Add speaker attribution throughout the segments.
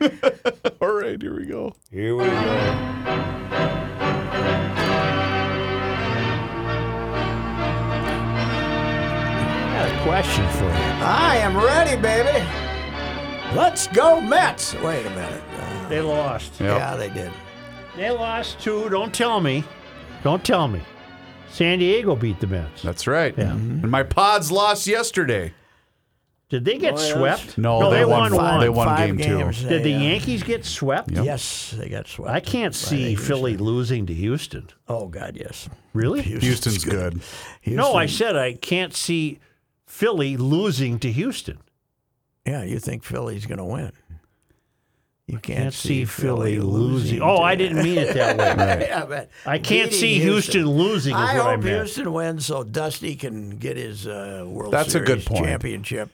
Speaker 1: All right, here we go.
Speaker 2: Here we go.
Speaker 3: got a question for you.
Speaker 4: I am ready, baby. Let's go Mets. Wait a minute. Uh,
Speaker 3: They lost.
Speaker 4: yeah, they did.
Speaker 3: They lost two. Don't tell me. Don't tell me. San Diego beat the Mets.
Speaker 1: That's right. And my pods lost yesterday.
Speaker 3: Did they
Speaker 4: Oh,
Speaker 3: get swept?
Speaker 1: No, they won
Speaker 3: Oh, one.
Speaker 1: five. They won
Speaker 4: Five
Speaker 1: game two.
Speaker 4: games,
Speaker 3: Did the
Speaker 4: they, uh,
Speaker 3: Yankees get swept?
Speaker 4: Yes, they got swept.
Speaker 3: I can't
Speaker 4: by
Speaker 3: see
Speaker 4: the
Speaker 3: Philly
Speaker 4: Houston.
Speaker 3: losing to Houston.
Speaker 4: Oh God, yes.
Speaker 3: Really?
Speaker 1: Houston's good.
Speaker 3: No, I
Speaker 4: Houston-
Speaker 3: said I can't see Philly losing to Houston.
Speaker 4: Yeah, you think Philly's going to win? You can't,
Speaker 3: Can't see Philly,
Speaker 4: losing.
Speaker 3: losing. Oh,
Speaker 4: to-
Speaker 3: I didn't mean it that way.
Speaker 4: Yeah, but
Speaker 3: I can't
Speaker 4: beating
Speaker 3: see Houston, losing. Is
Speaker 4: I
Speaker 3: what
Speaker 4: hope
Speaker 3: I meant.
Speaker 4: Houston wins so Dusty can get his uh, World
Speaker 1: That's a
Speaker 4: Series
Speaker 1: good point.
Speaker 4: championship.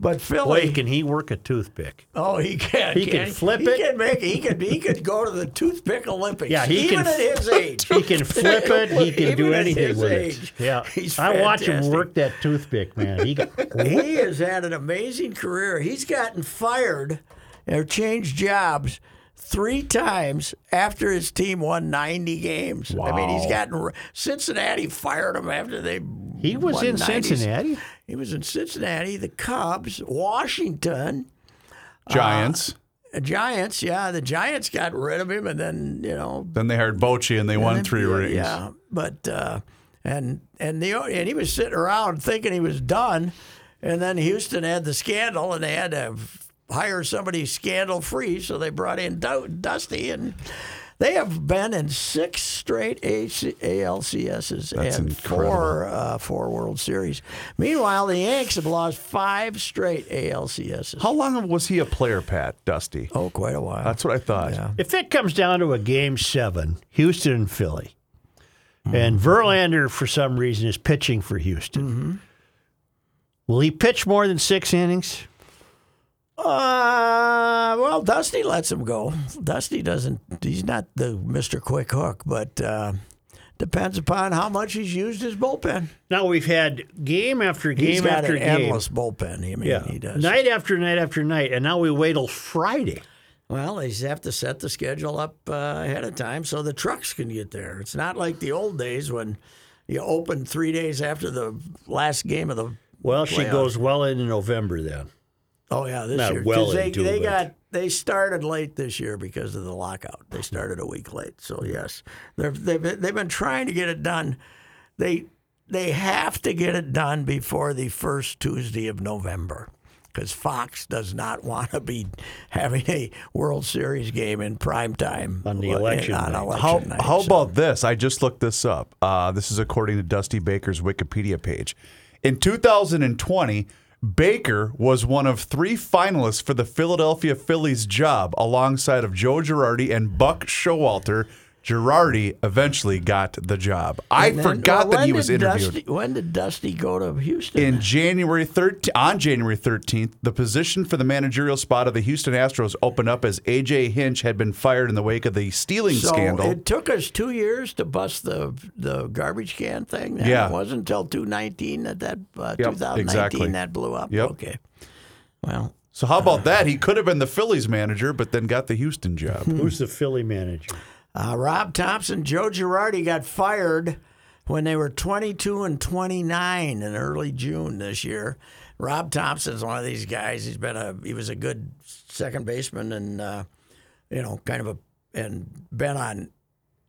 Speaker 4: But Philly,
Speaker 3: Boy, can he work a toothpick?
Speaker 4: oh, he can.
Speaker 3: he can flip
Speaker 4: he
Speaker 3: it.
Speaker 4: Can make, he can. He could go to the toothpick Olympics.
Speaker 3: Yeah, he
Speaker 4: even
Speaker 3: can-
Speaker 4: at his age.
Speaker 3: He can flip it. He can
Speaker 4: Even
Speaker 3: do
Speaker 4: at
Speaker 3: anything
Speaker 4: his
Speaker 3: with
Speaker 4: age,
Speaker 3: it. Yeah,
Speaker 4: he's
Speaker 3: I watch him
Speaker 4: fantastic.
Speaker 3: work that toothpick, man. He got,
Speaker 4: he has had an amazing career. He's gotten fired or changed jobs three times after his team won 90 games. I mean, he's gotten Cincinnati fired him after they.
Speaker 3: he was
Speaker 4: won
Speaker 3: in
Speaker 4: 90s.
Speaker 3: Cincinnati.
Speaker 4: He was in Cincinnati, the Cubs, Washington,
Speaker 1: Giants.
Speaker 4: the Giants. Yeah, the Giants got rid of him, and then you know
Speaker 1: then they hired Bochy and they won
Speaker 4: and-
Speaker 1: three
Speaker 4: yeah,
Speaker 1: rings.
Speaker 4: uh, Yeah, but uh, and and the and he was sitting around thinking he was done, and then Houston had the scandal, and they had to hire somebody scandal free, so they brought in Du- Dusty, and they have been in six straight AC- ALCSs and four uh, four World Series. Meanwhile, the Yanks have lost five straight ALCSs.
Speaker 1: How long was he a player, Pat Dusty?
Speaker 4: Oh, quite a while.
Speaker 1: That's what I thought.
Speaker 3: If it comes down to a game seven, Houston and Philly, and Verlander for some reason is pitching for Houston, will he pitch more than six innings?
Speaker 4: Uh, well, Dusty lets him go. Dusty doesn't. He's not the Mister Quick Hook, but uh, depends upon how much he's used his bullpen.
Speaker 3: Now we've had game after game
Speaker 4: he's got
Speaker 3: after
Speaker 4: an
Speaker 3: game,
Speaker 4: endless bullpen. I mean,
Speaker 3: yeah,
Speaker 4: he does.
Speaker 3: night after night after night, and now we wait till Friday.
Speaker 4: Well, they just have to set the schedule up uh, ahead of time so the trucks can get there. It's not like the old days when you opened three days after the last game of the.
Speaker 3: Well, she
Speaker 4: playoff.
Speaker 3: goes well into November then.
Speaker 4: Oh yeah, this
Speaker 3: Not
Speaker 4: year 'Cause
Speaker 3: well
Speaker 4: they,
Speaker 3: into
Speaker 4: they
Speaker 3: it.
Speaker 4: got they started late this year because of the lockout. They started a week late, so yes, they're, they've been- they've been trying to get it done. They they have to get it done before the first Tuesday of November. Because Fox does not want to be having a World Series game in prime time
Speaker 3: On the
Speaker 4: Well,
Speaker 3: election
Speaker 4: on
Speaker 3: night.
Speaker 4: election
Speaker 1: How,
Speaker 4: night,
Speaker 1: how
Speaker 4: so-
Speaker 1: about this? I just looked this up. Uh, this is according to Dusty Baker's Wikipedia page. In 2020, Baker was one of three finalists for the Philadelphia Phillies job alongside of Joe Girardi and Buck Showalter. Girardi eventually got the job. I
Speaker 4: And then-
Speaker 1: forgot
Speaker 4: well,
Speaker 1: that he
Speaker 4: when
Speaker 1: was
Speaker 4: did
Speaker 1: interviewed.
Speaker 4: Dusty- when did Dusty go to Houston?
Speaker 1: In January 13, on January 13th, the position for the managerial spot of the Houston Astros opened up as AJ Hinch had been fired in the wake of the stealing
Speaker 4: So
Speaker 1: scandal.
Speaker 4: it took us two years to bust the the garbage can thing. Then
Speaker 1: Yeah.
Speaker 4: it wasn't until two nineteen that that uh,
Speaker 1: Yep,
Speaker 4: 2019
Speaker 1: exactly.
Speaker 4: that blew up.
Speaker 1: Yep.
Speaker 4: Okay. Well,
Speaker 1: so how about that? He could have been the Phillies manager, but then got the Houston job.
Speaker 3: Who's the Philly manager?
Speaker 4: uh, Rob Thompson, Joe Girardi got fired when they were twenty two and twenty nine in early June this year. Rob Thompson's one of these guys. He's been a he was a good second baseman and uh, you know kind of a and been on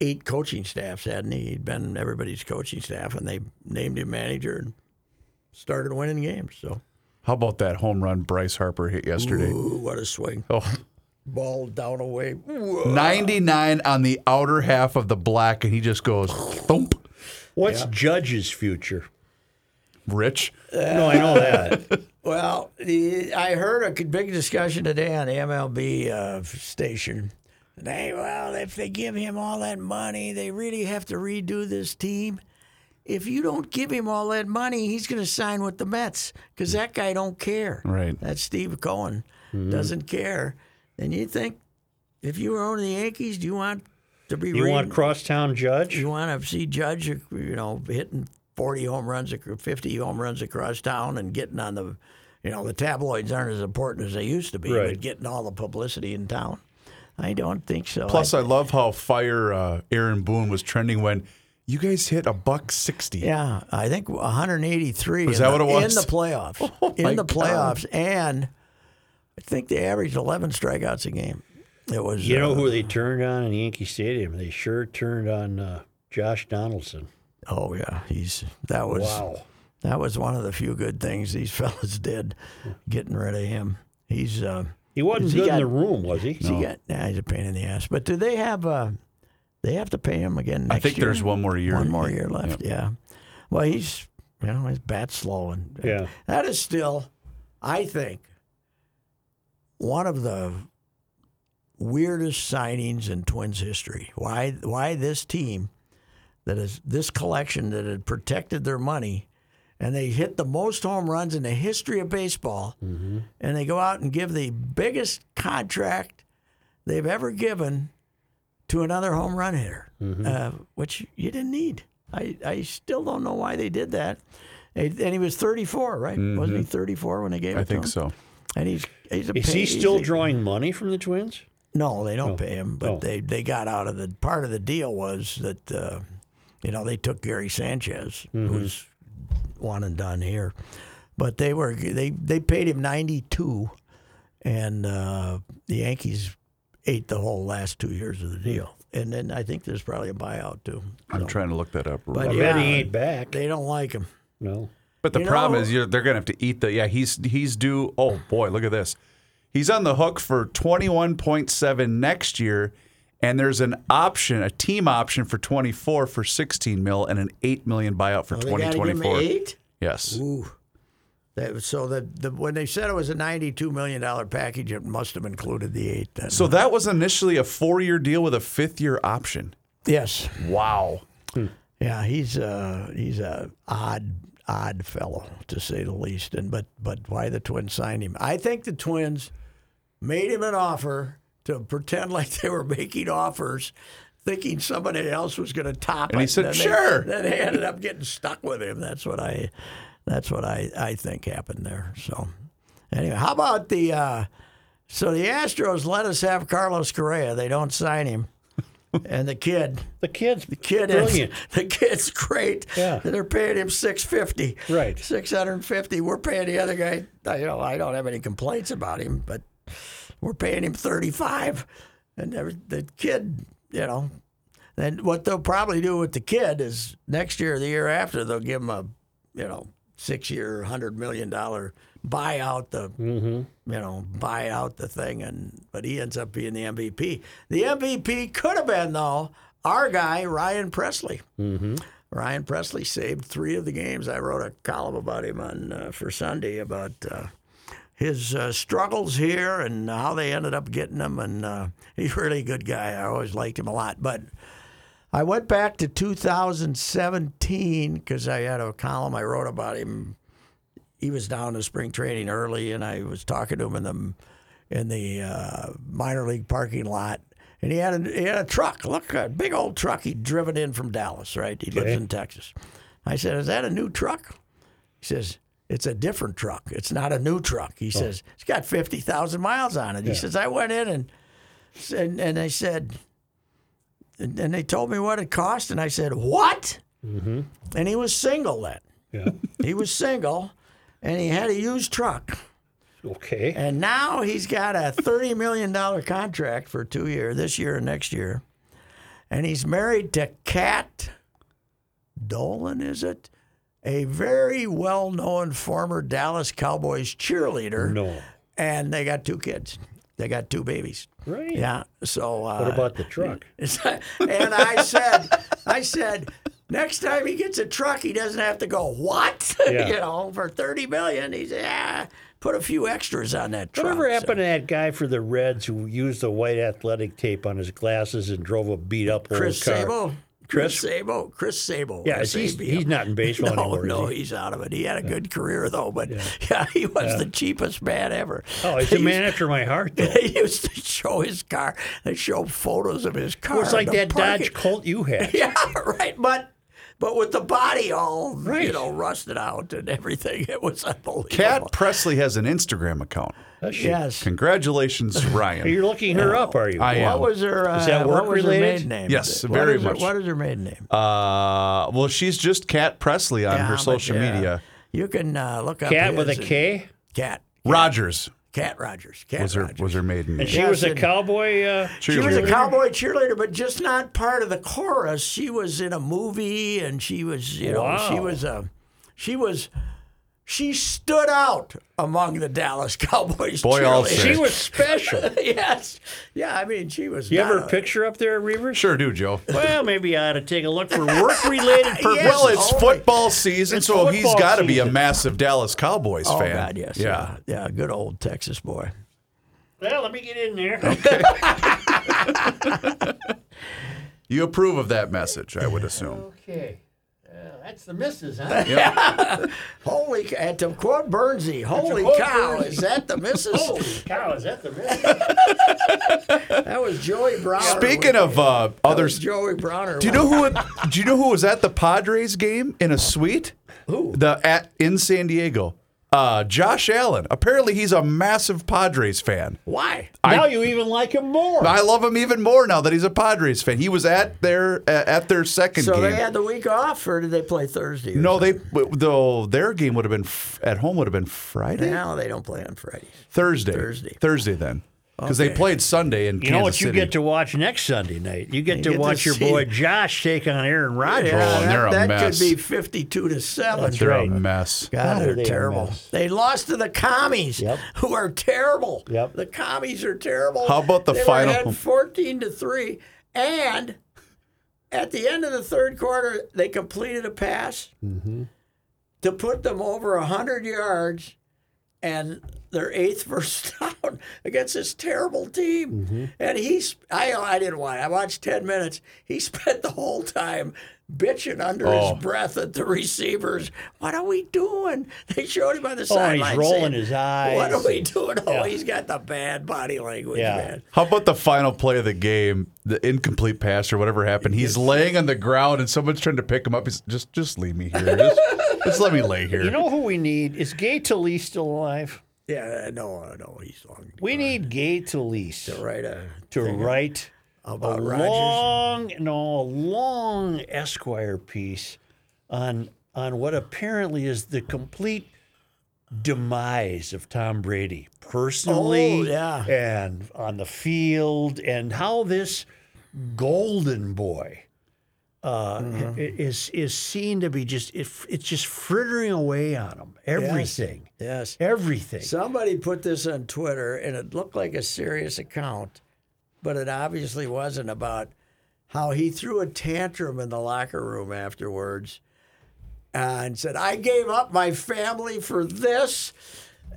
Speaker 4: eight coaching staffs, hadn't he? He'd been everybody's coaching staff, and they named him manager and started winning games. So,
Speaker 1: How about that home run Bryce Harper hit yesterday?
Speaker 4: ooh, what a swing!
Speaker 1: Oh,
Speaker 4: Ball down away. Ooh.
Speaker 1: 99 on the outer half of the black, and he just goes thump.
Speaker 3: What's Judge's future?
Speaker 1: Rich,
Speaker 3: No, I know that.
Speaker 4: Well, the, I heard a big discussion today on the MLB uh, station. They well, if they give him all that money, they really have to redo this team. If you don't give him all that money, he's going to sign with the Mets because that guy don't care.
Speaker 1: Right.
Speaker 4: That Steve Cohen
Speaker 3: Mm-hmm.
Speaker 4: doesn't care. And you think if you were owning the Yankees, do you want to be
Speaker 3: You
Speaker 4: reading-
Speaker 3: want crosstown Judge?
Speaker 4: you want to see Judge, you know, hitting 40 home runs, ac- 50 home runs across town and getting on the you know, the tabloids aren't as important as they used to be,
Speaker 3: Right.
Speaker 4: but getting all the publicity in town. I don't think so.
Speaker 1: Plus, I love how fire uh, Aaron Boone was trending when you guys hit a buck sixty.
Speaker 4: Yeah, I think 183.
Speaker 1: Was
Speaker 4: in
Speaker 1: that
Speaker 4: the-
Speaker 1: what it was? Oh
Speaker 4: In the playoffs.
Speaker 1: my
Speaker 4: in the
Speaker 1: God.
Speaker 4: playoffs. And I think they averaged 11 strikeouts a game. It was.
Speaker 3: You know
Speaker 4: uh,
Speaker 3: who they turned on in Yankee Stadium? They sure turned on uh, Josh Donaldson.
Speaker 4: Oh, yeah. He's That was
Speaker 3: Wow.
Speaker 4: that was one of the few good things these fellas did, getting rid of him. He's. Uh,
Speaker 3: He wasn't
Speaker 4: Has he
Speaker 3: good in
Speaker 4: got-
Speaker 3: the room, was he?
Speaker 4: has he got, nah, he's a pain in the ass. But do they have. Uh, they have to pay him again next
Speaker 1: I think
Speaker 4: year?
Speaker 1: there's one more year.
Speaker 4: One more year left, yeah. Well, he's, you know, his bat's slow. And,
Speaker 3: Yeah.
Speaker 4: That is still, I think, one of the weirdest signings in Twins history. Why? Why this team that is this collection that had protected their money, and they hit the most home runs in the history of baseball, and they go out and give the biggest contract they've ever given to another home run hitter, uh, which you didn't need. I, I still don't know why they did that. And and he was 34, right? Wasn't he 34 when they gave it
Speaker 1: I
Speaker 4: to him?
Speaker 1: think so.
Speaker 4: And he's he's a
Speaker 3: Is
Speaker 4: pay-
Speaker 3: he
Speaker 4: he's
Speaker 3: still
Speaker 4: a-
Speaker 3: drawing money from the Twins?
Speaker 4: No, they don't pay him, but
Speaker 3: Oh.
Speaker 4: they they got out of the part of the deal was that uh, you know they took Gary Sanchez, who's one and done here, but they were they they paid him ninety two, and uh, the Yankees ate the whole last two years of the deal, and then I think there's probably a buyout too.
Speaker 1: I'm trying to look that up.
Speaker 4: But
Speaker 3: I
Speaker 4: yeah,
Speaker 3: bet he ain't back.
Speaker 4: they don't like him.
Speaker 3: No.
Speaker 1: But the
Speaker 4: You
Speaker 1: problem
Speaker 4: know-
Speaker 1: is you're, they're going to have to eat the. Yeah, he's he's due. Oh boy, look at this. He's on the hook for 21.7 next year, and there's an option, a team option for 24 for 16 mil and an eight million buyout for
Speaker 4: Oh, They got to give him
Speaker 1: 2024.
Speaker 4: eight.
Speaker 1: Yes,
Speaker 4: Ooh. That, so the, the when they said it was a ninety-two million dollar package, it must have included the eight. Then.
Speaker 1: so that was initially a four-year deal with a fifth-year option.
Speaker 4: yes, Hmm.
Speaker 1: Wow.
Speaker 4: yeah, he's a he's a odd odd fellow to say the least. And but but why the Twins signed him? I think the Twins made him an offer to pretend like they were making offers, thinking somebody else was going to top.
Speaker 1: And he
Speaker 4: it.
Speaker 1: said,
Speaker 4: Then they-
Speaker 1: "Sure."
Speaker 4: then they ended up getting stuck with him. That's what I that's what I, I think happened there. So anyway, how about the uh, so the Astros let us have Carlos Correa. They don't sign him. And the kid,
Speaker 3: The kid's
Speaker 4: the kid
Speaker 3: brilliant.
Speaker 4: is the kid's great.
Speaker 3: Yeah.
Speaker 4: They're paying him six fifty.
Speaker 3: Right.
Speaker 4: Six hundred and fifty. We're paying the other guy I you know, I don't have any complaints about him, but we're paying him thirty five. And every, the kid, you know. And what they'll probably do with the kid is next year or the year after they'll give him a you know, six year, hundred million dollar buyout the you know, buy out the thing, and but he ends up being the MVP. The MVP could have been though our guy Ryan Presley. Mm-hmm. Ryan Presley saved three of the games. I wrote a column about him on uh, for Sunday about uh, his uh, struggles here and how they ended up getting him. And uh, he's a really good guy. I always liked him a lot, but. I went back to 2017 because I had a column I wrote about him he was down to spring training early, and I was talking to him in the in the uh, minor league parking lot, and he had a he had a truck. Look, a big old truck he'd driven in from Dallas. Right, he lives in Texas. I said, "Is that a new truck?" He says, "It's a different truck. It's not a new truck." He says, "It's got fifty thousand miles on it." He says, "I went in and and and they said." And and they told me what it cost, and I said, "What?" Mm-hmm. And he was single then.
Speaker 3: Yeah.
Speaker 4: He was single and he had a used truck.
Speaker 3: Okay.
Speaker 4: And now he's got a $30 million contract for two year, this year and next year. And he's married to Kat Dolan, is it? A very well known former Dallas Cowboys cheerleader.
Speaker 3: No.
Speaker 4: And they got two kids. They got two babies.
Speaker 3: Right.
Speaker 4: Yeah. So, uh,
Speaker 3: What about the truck?
Speaker 4: and I said, I said, next time he gets a truck, he doesn't have to go what?
Speaker 3: Yeah.
Speaker 4: you know, for thirty million, he's yeah, put a few extras on that truck.
Speaker 3: Whatever
Speaker 4: So-
Speaker 3: happened to that guy for the Reds who used the white athletic tape on his glasses and drove a beat up old
Speaker 4: Chris
Speaker 3: car?
Speaker 4: Sabo? Chris Sabo. Chris Sabo.
Speaker 3: Yeah, is he's, he's not in baseball
Speaker 4: no,
Speaker 3: anymore. is
Speaker 4: no,
Speaker 3: he?
Speaker 4: he's out of it. He had a good career though, but yeah, he was the cheapest man ever.
Speaker 3: Oh, he's
Speaker 4: They
Speaker 3: a man after my heart, though.
Speaker 4: used- They used to show his car. They show photos of his car.
Speaker 3: It's like
Speaker 4: in the
Speaker 3: that
Speaker 4: parking-
Speaker 3: Dodge Colt you had.
Speaker 4: Yeah, right. But But with the body all
Speaker 3: Right.
Speaker 4: you know rusted out and everything, it was unbelievable.
Speaker 1: Cat Presley has an Instagram account.
Speaker 3: That's she-
Speaker 4: yes.
Speaker 1: Congratulations, Ryan.
Speaker 3: You're looking her up, are you?
Speaker 1: I am.
Speaker 4: What was her? Uh,
Speaker 3: Is that
Speaker 4: what was her
Speaker 3: work-related?
Speaker 4: maiden name?
Speaker 1: Yes,
Speaker 4: What
Speaker 1: very
Speaker 4: is her-
Speaker 1: much.
Speaker 4: what is her maiden name?
Speaker 1: Uh, well, she's just Cat Presley on
Speaker 4: Yeah,
Speaker 1: her
Speaker 4: but,
Speaker 1: social
Speaker 4: yeah,
Speaker 1: media.
Speaker 4: You can uh, look up
Speaker 3: Cat with a
Speaker 4: his and-
Speaker 3: K.
Speaker 4: Cat.
Speaker 1: Rogers
Speaker 4: Cat Rogers. Cat
Speaker 1: was her
Speaker 4: Rogers.
Speaker 1: was her maiden
Speaker 3: And
Speaker 1: name.
Speaker 3: she
Speaker 4: Yes,
Speaker 3: was a
Speaker 4: and-
Speaker 3: cowboy. Uh,
Speaker 4: She was a
Speaker 1: Cheerleader.
Speaker 4: cowboy cheerleader, but just not part of the chorus. She was in a movie, and she was, you know, she
Speaker 3: Wow.
Speaker 4: was a, she was, she stood out among the Dallas Cowboys.
Speaker 1: Boy, I'll
Speaker 4: cheerleaders.
Speaker 1: say.
Speaker 3: She was special.
Speaker 4: yes, yeah. I mean, she was.
Speaker 3: You
Speaker 4: not
Speaker 3: have her
Speaker 4: a-
Speaker 3: picture up there, Reavers?
Speaker 1: Sure do, Joe.
Speaker 3: Well, maybe I ought to take a look for work-related purposes.
Speaker 1: Well, it's
Speaker 4: Oh,
Speaker 1: football season,
Speaker 3: It's
Speaker 1: so he's
Speaker 3: football
Speaker 1: got to be a
Speaker 3: season.
Speaker 1: massive Dallas Cowboys
Speaker 4: Oh
Speaker 1: fan.
Speaker 4: God, yes,
Speaker 1: Yeah.
Speaker 4: yeah, yeah, good old Texas boy.
Speaker 3: Well, let me get in there.
Speaker 1: You approve of that message, I would assume.
Speaker 3: Okay. Uh, that's the missus, huh?
Speaker 4: Holy, c- and to quote Bernsey, holy
Speaker 3: quote
Speaker 4: cow,
Speaker 3: Bernsey.
Speaker 4: is that the missus?
Speaker 3: Holy cow, is that the missus?
Speaker 4: That was Joey Browner.
Speaker 1: Speaking of uh,
Speaker 4: that
Speaker 1: others,
Speaker 4: was Joey Browner.
Speaker 1: Do you know who? do you know who was at the Padres game in a suite?
Speaker 4: Who?
Speaker 1: The at in San Diego. Uh, Josh Allen. Apparently, he's a massive Padres fan.
Speaker 4: why?
Speaker 3: now you even like him more.
Speaker 1: I love him even more now that he's a Padres fan. He was at their uh, at their second
Speaker 4: So
Speaker 1: game.
Speaker 4: they had the week off, or did they play Thursday? or
Speaker 1: no, they though their game would have been f- at home would have been Friday,
Speaker 4: No, they don't play on Fridays.
Speaker 1: Thursday,
Speaker 4: Thursday.
Speaker 1: Thursday then, because they
Speaker 4: Okay.
Speaker 1: played Sunday in
Speaker 3: you
Speaker 1: Kansas
Speaker 3: know what you
Speaker 1: City.
Speaker 3: get to watch next Sunday night? You get to
Speaker 4: get to
Speaker 3: watch your
Speaker 4: see-
Speaker 3: boy Josh take on Aaron Rodgers.
Speaker 1: and they're a
Speaker 4: that, that
Speaker 1: mess.
Speaker 4: could be fifty-two to seven.
Speaker 3: That's
Speaker 1: They're
Speaker 3: right.
Speaker 1: a mess.
Speaker 4: God,
Speaker 3: Oh,
Speaker 4: they're
Speaker 3: they are a
Speaker 4: terrible.
Speaker 3: mess.
Speaker 4: They lost to the commies,
Speaker 3: Yep.
Speaker 4: who are terrible.
Speaker 3: Yep.
Speaker 4: The commies are terrible.
Speaker 1: How about the
Speaker 4: they were
Speaker 1: final-
Speaker 4: ahead Fourteen to three, and at the end of the third quarter, they completed a pass to put them over hundred yards, and their eighth first down against this terrible team.
Speaker 3: Mm-hmm.
Speaker 4: And he's I I didn't watch. I watched ten minutes. He spent the whole time bitching under
Speaker 1: Oh.
Speaker 4: his breath at the receivers. What are we doing? They showed him on the
Speaker 3: Oh,
Speaker 4: sideline.
Speaker 3: he's rolling
Speaker 4: saying,
Speaker 3: his eyes.
Speaker 4: What are we doing? Oh,
Speaker 3: Yeah.
Speaker 4: he's got the bad body language,
Speaker 3: Yeah.
Speaker 4: man.
Speaker 1: How about the final play of the game, the incomplete pass or whatever happened? He's laying on the ground and someone's trying to pick him up. He's just just leave me here. Just, just let me lay here.
Speaker 3: You know who we need? Is Gay Talese still alive?
Speaker 4: Yeah, no, no, he's long.
Speaker 3: We need Gay Talese
Speaker 4: Right, uh,
Speaker 3: to write a
Speaker 4: about Rogers.
Speaker 3: long, no, a long Esquire piece on on what apparently is the complete demise of Tom Brady personally,
Speaker 4: Oh, yeah.
Speaker 3: and on the field, and how this golden boy uh,
Speaker 4: Mm-hmm.
Speaker 3: i- is is seen to be just it, it's just frittering away on him. Everything,
Speaker 4: yes.
Speaker 3: everything.
Speaker 4: Somebody put this on Twitter, and it looked like a serious account, but it obviously wasn't about how he threw a tantrum in the locker room afterwards uh, and said, I gave up my family for this.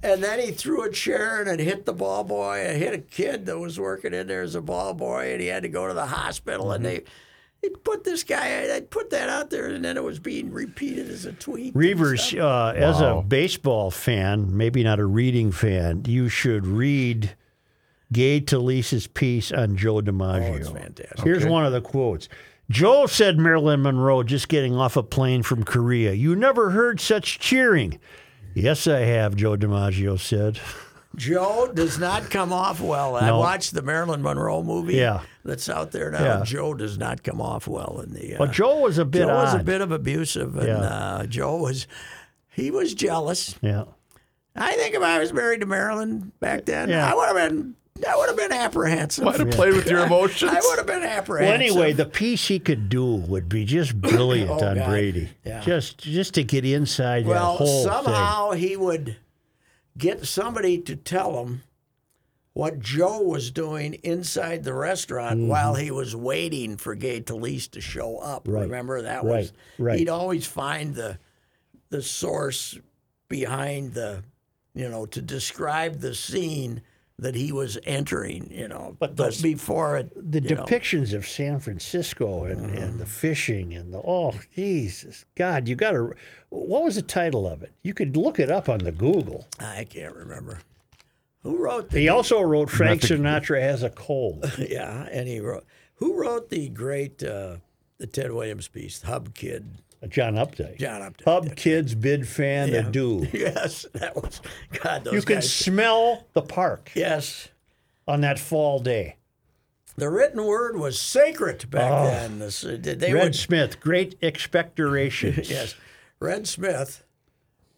Speaker 4: And then he threw a chair and it hit the ball boy. It hit a kid that was working in there as a ball boy, and he had to go to the hospital. And they, they put this guy, they put that out there, and then it was being repeated as a tweet. and stuff.
Speaker 3: Reavers, uh, as a
Speaker 1: Wow.
Speaker 3: baseball fan, maybe not a reading fan, you should read Gay Talese's piece on Joe DiMaggio.
Speaker 4: Oh, it's fantastic.
Speaker 3: Here's
Speaker 1: Okay.
Speaker 3: one of the quotes. Joe said Marilyn Monroe just getting off a plane from Korea. You never heard such cheering. Yes, I have, Joe DiMaggio said.
Speaker 4: Joe does not come off well. I watched the Marilyn Monroe movie
Speaker 3: Yeah.
Speaker 4: that's out there now.
Speaker 3: Yeah.
Speaker 4: Joe does not come off well in the. Uh,
Speaker 3: But Joe was a bit
Speaker 4: Joe was a
Speaker 3: odd.
Speaker 4: bit of abusive, and
Speaker 3: Yeah.
Speaker 4: uh, Joe was he was jealous.
Speaker 3: yeah.
Speaker 4: I think if I was married to Marilyn back then,
Speaker 3: Yeah.
Speaker 4: I would have been I would have been apprehensive.
Speaker 1: Might have played with your emotions.
Speaker 4: I would have been
Speaker 3: Well,
Speaker 4: apprehensive.
Speaker 3: anyway, the piece he could do would be just brilliant
Speaker 4: Oh,
Speaker 3: on
Speaker 4: God.
Speaker 3: Brady.
Speaker 4: Yeah.
Speaker 3: Just just to get inside
Speaker 4: Well,
Speaker 3: that whole thing.
Speaker 4: somehow he would get somebody to tell him what Joe was doing inside the restaurant
Speaker 3: Mm-hmm.
Speaker 4: while he was waiting for Gay Talese to show up. Remember that was
Speaker 3: right, right.
Speaker 4: he'd always find the the source behind the you know to describe the scene that he was entering, you know.
Speaker 3: But
Speaker 4: But,
Speaker 3: those-
Speaker 4: before it
Speaker 3: the
Speaker 4: you know. Mm-hmm.
Speaker 3: depictions of San Francisco and, and the fishing and the oh Jesus God you got to what was the title of it? You could look it up on the Google.
Speaker 4: I can't remember. Who wrote the
Speaker 3: He also wrote Frank
Speaker 1: Not the-
Speaker 3: Sinatra has a cold.
Speaker 4: Yeah, and he wrote. Who wrote the great uh, the Ted Williams piece, Hub Kid?
Speaker 3: John Updike.
Speaker 4: John Updike,
Speaker 3: Hub kids bid fan a do.
Speaker 4: Yes, that was God. Those
Speaker 3: You can
Speaker 4: guys.
Speaker 3: smell the park
Speaker 4: yes,
Speaker 3: on that fall day.
Speaker 4: the written word was sacred back then. This- uh, they
Speaker 3: Oh. Red
Speaker 4: would
Speaker 3: Smith, great expectorations.
Speaker 4: Yes. Red Smith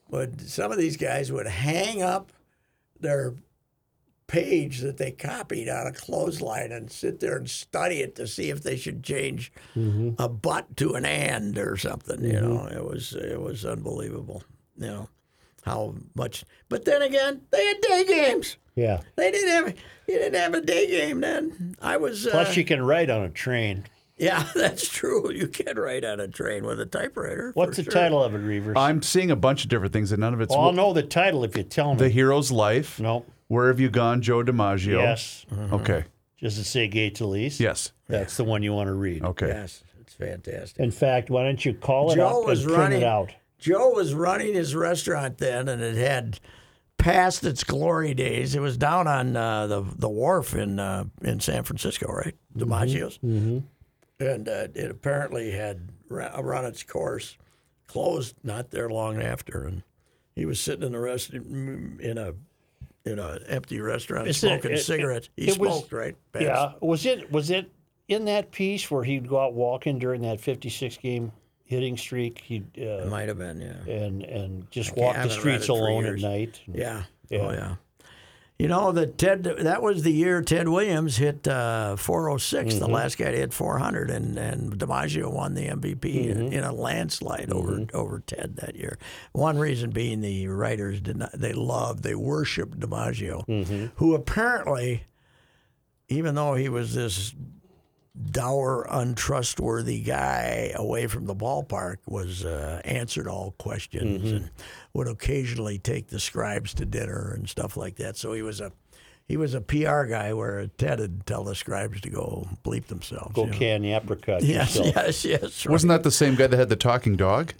Speaker 4: would, some of these guys would hang up their page that they copied on a clothesline and sit there and study it to see if they should change
Speaker 3: Mm-hmm.
Speaker 4: a but to an and or something. You know, it was, it was unbelievable, you know, how much. But then again, they had day games.
Speaker 3: Yeah.
Speaker 4: They didn't have you didn't have a day game then. I was uh,
Speaker 3: Plus, you can ride on a train.
Speaker 4: yeah, that's true. You can write on a train with a typewriter. for
Speaker 3: What's the
Speaker 4: sure.
Speaker 3: title of it, Reavers?
Speaker 1: I'm seeing a bunch of different things, and none of it's
Speaker 3: I'll know the title if you tell me.
Speaker 1: The Hero's Life.
Speaker 3: no.
Speaker 1: Where Have You Gone, Joe DiMaggio?
Speaker 3: Yes.
Speaker 1: Okay.
Speaker 3: Does it say Gates Elise?
Speaker 1: Yes.
Speaker 3: That's the one you want to read.
Speaker 1: Okay.
Speaker 4: Yes, it's fantastic.
Speaker 3: In fact, why don't you call it
Speaker 4: Joe
Speaker 3: up
Speaker 4: was
Speaker 3: and print
Speaker 4: running.
Speaker 3: it out?
Speaker 4: Joe was running his restaurant then, and it had passed its glory days. It was down on uh, the the wharf in uh, in San Francisco, right? DiMaggio's, mm-hmm. and uh, it apparently had ra- run its course, closed not there long after, and he was sitting in the rest in a in a empty restaurant
Speaker 3: Is it-
Speaker 4: smoking
Speaker 3: it-
Speaker 4: cigarettes. He
Speaker 3: it was-
Speaker 4: smoked right. Past.
Speaker 3: Yeah. Was it was it in that piece where he'd go out walking during that 56 game hitting streak? He'd
Speaker 4: it
Speaker 3: uh,
Speaker 4: might have been. Yeah.
Speaker 3: and and just walk
Speaker 4: I
Speaker 3: the
Speaker 4: haven't read
Speaker 3: streets
Speaker 4: it for
Speaker 3: alone at
Speaker 4: years.
Speaker 3: night.
Speaker 4: Yeah.
Speaker 3: Yeah.
Speaker 4: Oh yeah. You know that Ted. That was the year Ted Williams hit uh, 406. The last guy to hit 400, and and DiMaggio won the MVP in, in a landslide over over Ted that year. One reason being the writers did not. They loved. They worshipped DiMaggio, who apparently, even though he was this dour, untrustworthy guy away from the ballpark was uh, answered all questions
Speaker 3: Mm-hmm.
Speaker 4: and would occasionally take the scribes to dinner and stuff like that. So he was a he was a PR guy where Ted would tell the scribes to go bleep themselves.
Speaker 3: Go
Speaker 4: you know.
Speaker 3: can the apricot.
Speaker 4: Yes,
Speaker 3: yourself.
Speaker 4: yes, yes. right.
Speaker 1: Wasn't that the same guy that had the talking dog?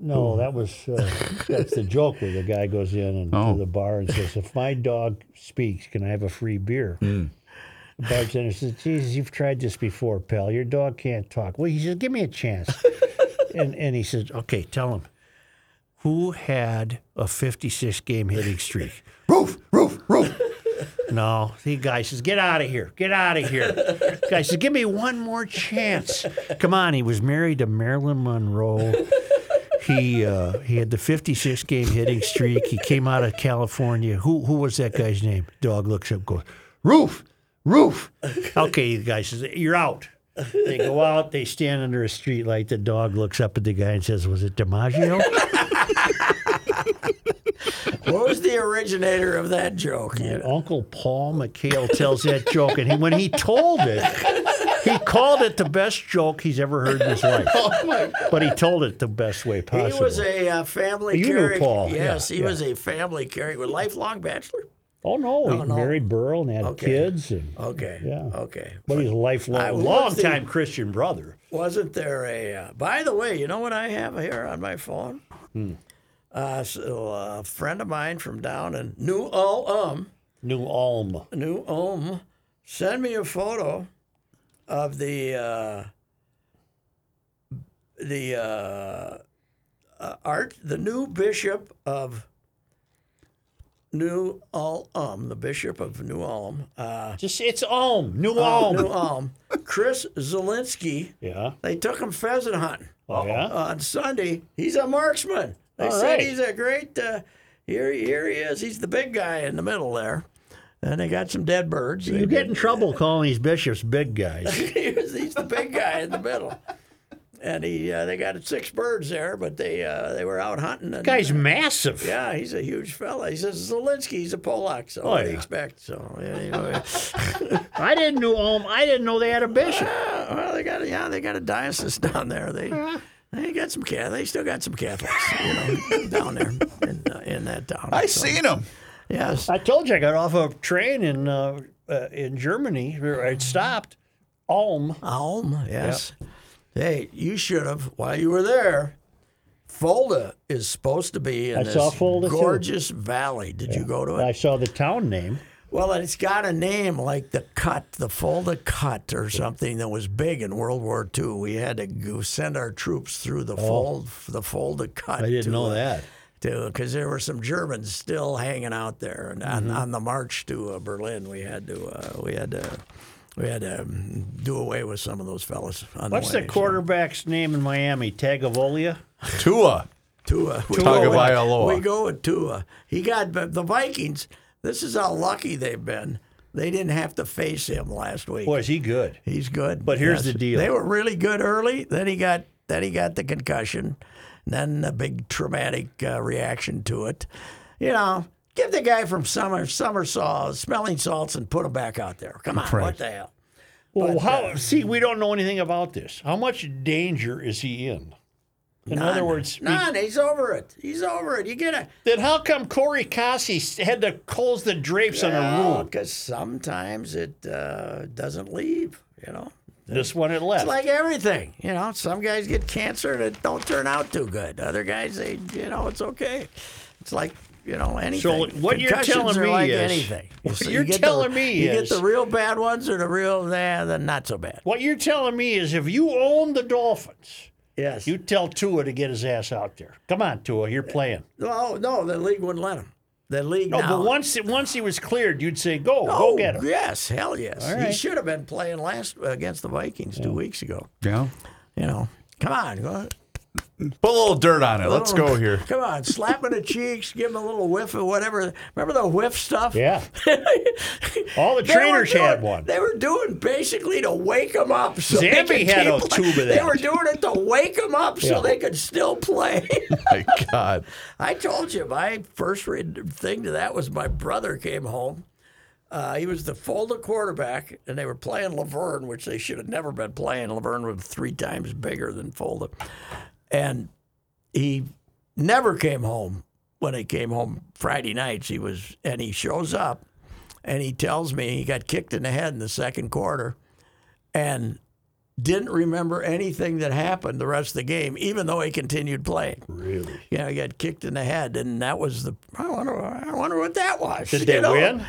Speaker 3: No, that was uh, that's the joke where the guy goes in and
Speaker 1: Oh.
Speaker 3: to the bar and says, "If my dog speaks, can I have a free beer?" The bartender says, "Jesus, you've tried this before, pal. Your dog can't talk." Well, he says, "Give me a chance," and and he says, "Okay, tell him who had a 56 game hitting streak."
Speaker 1: Roof, roof, roof.
Speaker 3: No, the guy says, "Get out of here! Get out of here!" guy says, "Give me one more chance." Come on, he was married to Marilyn Monroe. He uh, he had the 56 game hitting streak. He came out of California. Who who was that guy's name? Dog looks up, goes, "Roof, roof." Okay, the guy says, "You're out." They go out. They stand under a street light. The dog looks up at the guy and says, "Was it DiMaggio?"
Speaker 4: what was the originator of that joke? You know?
Speaker 3: Uncle Paul McHale tells that joke, and he, when he told it, he called it the best joke he's ever heard in his life. But he told it the best way possible.
Speaker 4: Oh, He was a uh, family
Speaker 3: You knew
Speaker 4: character.
Speaker 3: Paul, yeah,
Speaker 4: Yes, he
Speaker 3: yeah.
Speaker 4: was a family character, lifelong bachelor.
Speaker 3: oh no, he
Speaker 4: no.
Speaker 3: married Burl and had
Speaker 4: Okay.
Speaker 3: kids, and
Speaker 4: Okay.
Speaker 3: Yeah.
Speaker 4: Okay.
Speaker 3: but he's a
Speaker 4: I
Speaker 3: lifelong,
Speaker 4: was
Speaker 3: longtime Christian brother.
Speaker 4: Wasn't there a? Uh, by the way, you know what I have here on my phone?
Speaker 3: Hmm.
Speaker 4: Uh, so uh, a friend of mine from down in New Ulm,
Speaker 3: New Ulm.
Speaker 4: New Ulm, sent me a photo of the uh, the uh, uh, art, the new bishop of New Ulm, the bishop of New Ulm, uh, Oh,
Speaker 3: Just it's Ulm, New
Speaker 4: New
Speaker 3: Ulm.
Speaker 4: Ulm, Chris Zelinsky.
Speaker 3: Yeah.
Speaker 4: They took him pheasant hunting
Speaker 3: Oh yeah.
Speaker 4: on Sunday. He's a marksman. They
Speaker 3: All
Speaker 4: said
Speaker 3: right.
Speaker 4: he's a great. Uh, here, here he is. He's the big guy in the middle there. And they got some dead birds.
Speaker 3: You get in trouble calling these bishops big guys.
Speaker 4: he's, he's the big guy in the middle. And he, uh, they got six birds there, but they uh, they were out hunting. And,
Speaker 3: Guy's massive.
Speaker 4: yeah, he's a huge fella. He says Zelensky, he's a Polak, so what do you
Speaker 3: Oh, yeah.
Speaker 4: expect? So anyway,
Speaker 3: I didn't know Ulm. I didn't know they had a bishop.
Speaker 4: Yeah, well, they got a, yeah, they got a diocese down there. They they got some Catholics. They still got some Catholics, you know, down there in, uh, in that town.
Speaker 1: I
Speaker 4: So,
Speaker 1: seen him.
Speaker 4: Yes.
Speaker 3: I told you I got off a train in uh, uh, in Germany. where It stopped. Ulm.
Speaker 4: Alm, yes. Hey, you should have while you were there. Fulda is supposed to be in
Speaker 3: I
Speaker 4: this
Speaker 3: saw Fulda, too.
Speaker 4: gorgeous valley. Did you go to it?
Speaker 3: I saw the town name.
Speaker 4: Well, it's got a name like the cut, the Fulda cut, or something that was big in World War II. We had to go send our troops through the fold, the Fulda cut.
Speaker 3: Oh. I didn't know that.
Speaker 4: to because there were some Germans still hanging out there, and on, on the march to uh, Berlin, we had to uh, we had to we had to um, do away with some of those fellas. On
Speaker 3: What's
Speaker 4: the,
Speaker 3: the
Speaker 4: way, so-
Speaker 3: quarterback's name in Miami? Tagovolia?
Speaker 1: Tua.
Speaker 4: Tua. We
Speaker 1: Tagovailoa.
Speaker 4: go with- uh, We go with Tua. He got but the Vikings. This is how lucky they've been. They didn't have to face him last week.
Speaker 3: Boy, is he good.
Speaker 4: He's good.
Speaker 3: But here's the deal.
Speaker 4: They were really good early. Then he got then he got the concussion, and then a big traumatic uh, reaction to it. You know, give the guy from summer summer saw smelling salts and put him back out there. Come on, what the hell?
Speaker 3: Well, how? see, we don't know anything about this. How much danger is he in? In other
Speaker 4: None.
Speaker 3: words, be-
Speaker 4: none. He's over it. He's over it. You get a
Speaker 3: then how come Corey Kasi had to close the drapes on a room?
Speaker 4: because sometimes it uh, doesn't leave. You know,
Speaker 3: This one it left.
Speaker 4: It's like everything. You know, some guys get cancer and it don't turn out too good. Other guys, they, you know, it's okay. It's like, you know, anything.
Speaker 3: what you're
Speaker 4: Concussions
Speaker 3: telling
Speaker 4: are
Speaker 3: me
Speaker 4: like
Speaker 3: is-
Speaker 4: anything.
Speaker 3: what
Speaker 4: So
Speaker 3: you're
Speaker 4: get the-
Speaker 3: telling me
Speaker 4: you
Speaker 3: is-
Speaker 4: get the real bad ones or the real, nah, the not so bad.
Speaker 3: what you're telling me is if you own the Dolphins,
Speaker 4: Yes.
Speaker 3: you tell Tua to get his ass out there. Come on, Tua, you're playing.
Speaker 4: no, no, the league wouldn't let him. The league
Speaker 3: No,
Speaker 4: now.
Speaker 3: but once once he was cleared, you'd say, "Go,
Speaker 4: Oh,
Speaker 3: go get him."
Speaker 4: Yes, hell yes. He
Speaker 3: right.
Speaker 4: should have been playing last against the Vikings two weeks ago.
Speaker 1: Yeah.
Speaker 4: You know, come on, go.
Speaker 1: Put a little dirt on it. Let's go here.
Speaker 4: Come on, slap him in the cheeks, give him a little whiff of whatever. Remember the whiff stuff?
Speaker 3: Yeah, all the
Speaker 4: They were
Speaker 3: trainers
Speaker 4: doing-
Speaker 3: had one.
Speaker 4: They were doing basically to wake them up. So they
Speaker 3: Zambi
Speaker 4: could
Speaker 3: had a
Speaker 4: keep
Speaker 3: tube of
Speaker 4: They
Speaker 3: that.
Speaker 4: were doing it to wake them up so
Speaker 3: Yeah.
Speaker 4: they could still play.
Speaker 1: My God.
Speaker 4: I told you my first re- thing to that was my brother came home. Uh, he was the Fulda quarterback, and they were playing Laverne, which they should have never been playing. Laverne was three times bigger than Fulda, and he never came home. When he came home Friday nights, he was and he shows up, and he tells me he got kicked in the head in the second quarter, and didn't remember anything that happened the rest of the game, even though he continued playing.
Speaker 3: Really?
Speaker 4: Yeah, I got kicked in the head, and that was the. I wonder. I wonder what that was.
Speaker 3: Did
Speaker 4: you
Speaker 3: they
Speaker 4: know?
Speaker 3: win?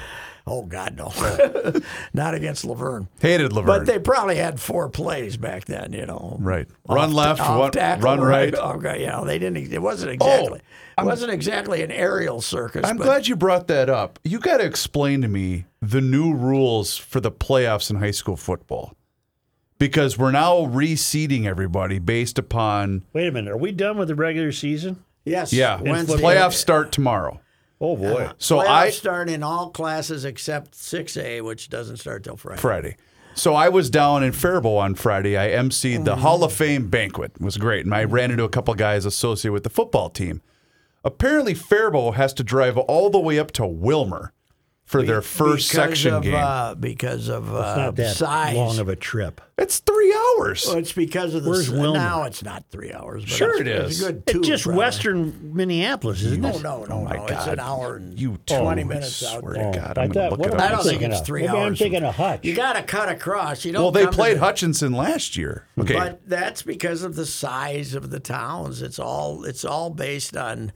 Speaker 4: Oh God, no! Not against Laverne,
Speaker 1: Hated Laverne.
Speaker 4: but they probably had four plays back then. You know,
Speaker 1: Right.
Speaker 4: Off
Speaker 1: Run
Speaker 4: ta-
Speaker 1: left,
Speaker 4: off
Speaker 1: one-
Speaker 4: tackle,
Speaker 1: run right. Oh,
Speaker 4: Okay, yeah, they didn't. It wasn't exactly. it wasn't exactly an aerial circus.
Speaker 1: I'm
Speaker 4: but
Speaker 1: glad you brought that up. You got to explain to me the new rules for the playoffs in high school football because we're now reseeding everybody based upon
Speaker 3: Wait a minute. Are we done with the regular season?
Speaker 4: Yes.
Speaker 1: yeah
Speaker 4: Wednesday.
Speaker 1: playoffs start tomorrow.
Speaker 3: Oh boy.
Speaker 1: So
Speaker 4: Playoffs
Speaker 1: I
Speaker 4: start in all classes except 6A, which doesn't start till Friday.
Speaker 1: Friday. So I was down in Faribault on Friday. I emceed the Hall of Fame banquet. It was great. And I
Speaker 4: Mm-hmm.
Speaker 1: ran into a couple guys associated with the football team. Apparently, Faribault has to drive all the way up to Wilmer for their first section
Speaker 4: of,
Speaker 1: game.
Speaker 4: Uh, because of uh,
Speaker 3: Not that
Speaker 4: size.
Speaker 3: long of a trip.
Speaker 1: it's three hours.
Speaker 4: Well, it's because of the
Speaker 3: Where's
Speaker 4: s-
Speaker 3: Wilmer?
Speaker 4: now. It's not three hours. But
Speaker 1: Sure
Speaker 4: it's,
Speaker 1: it
Speaker 4: It's
Speaker 1: is.
Speaker 4: a good two.
Speaker 3: It's just
Speaker 4: probably.
Speaker 3: western Minneapolis, isn't
Speaker 4: No,
Speaker 3: it?
Speaker 4: no, no, no. It's an hour and
Speaker 1: You
Speaker 3: Oh,
Speaker 4: twenty
Speaker 1: too.
Speaker 4: oh, minutes
Speaker 1: I
Speaker 4: out
Speaker 1: swear
Speaker 4: there.
Speaker 1: to God,
Speaker 3: I
Speaker 1: I'm going to
Speaker 3: thought-
Speaker 1: look
Speaker 3: what
Speaker 1: it
Speaker 3: am
Speaker 1: up.
Speaker 4: I don't think
Speaker 3: thinking
Speaker 4: it's
Speaker 3: of-
Speaker 4: three
Speaker 3: maybe
Speaker 4: hours.
Speaker 3: I'm thinking of Hutch.
Speaker 4: You got to cut across. You don't.
Speaker 1: well, they
Speaker 4: come to
Speaker 1: played
Speaker 4: the-
Speaker 1: Hutchinson last year. Okay.
Speaker 4: But that's because of the size of the towns. It's all it's all based on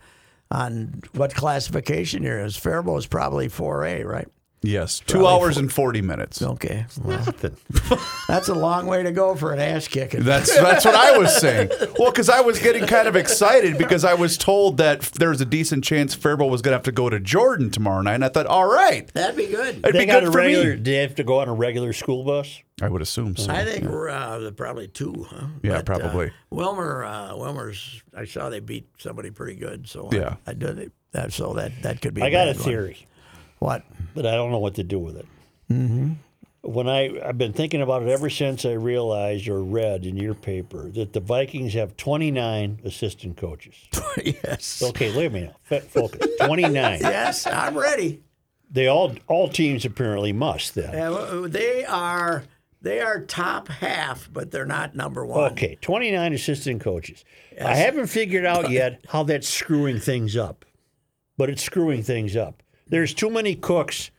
Speaker 4: on what classification you're in. Faribault is probably four A, right?
Speaker 1: yes. Two hours and 40 minutes.
Speaker 4: Okay, well, that's a long way to go for an ass kicking.
Speaker 1: That's that's what I was saying. Well, because I was getting kind of excited because I was told that there was a decent chance Faribault was going to have to go to Jordan tomorrow night, and I thought, all right,
Speaker 4: That'd be good.
Speaker 1: it'd
Speaker 3: They
Speaker 1: be
Speaker 3: got a
Speaker 1: good for
Speaker 3: regular.
Speaker 1: me.
Speaker 3: They have to go on a regular school bus.
Speaker 1: I would assume so.
Speaker 4: I think we're uh, probably two. Huh?
Speaker 1: Yeah,
Speaker 4: uh,
Speaker 1: probably.
Speaker 4: Wilmer, uh, Wilmer's. I saw they beat somebody pretty good. So I-
Speaker 1: Yeah.
Speaker 4: I, did it. That, so that that could be.
Speaker 3: I got a
Speaker 4: bad one.
Speaker 3: theory,
Speaker 4: What?
Speaker 3: but I don't know what to do with it.
Speaker 4: Mm-hmm.
Speaker 3: When I I've been thinking about it ever since I realized or read in your paper that the Vikings have 29 assistant coaches.
Speaker 4: yes.
Speaker 3: Okay, wait a minute. F- Focus. 29.
Speaker 4: Yes, I'm ready.
Speaker 3: They all all teams apparently must then.
Speaker 4: Yeah, well, uh, they are they are top half, but they're not number
Speaker 3: Oh,
Speaker 4: one.
Speaker 3: Okay, 29 assistant coaches. I haven't figured out yet how that's screwing things up, but it's screwing things up. There's too many cooks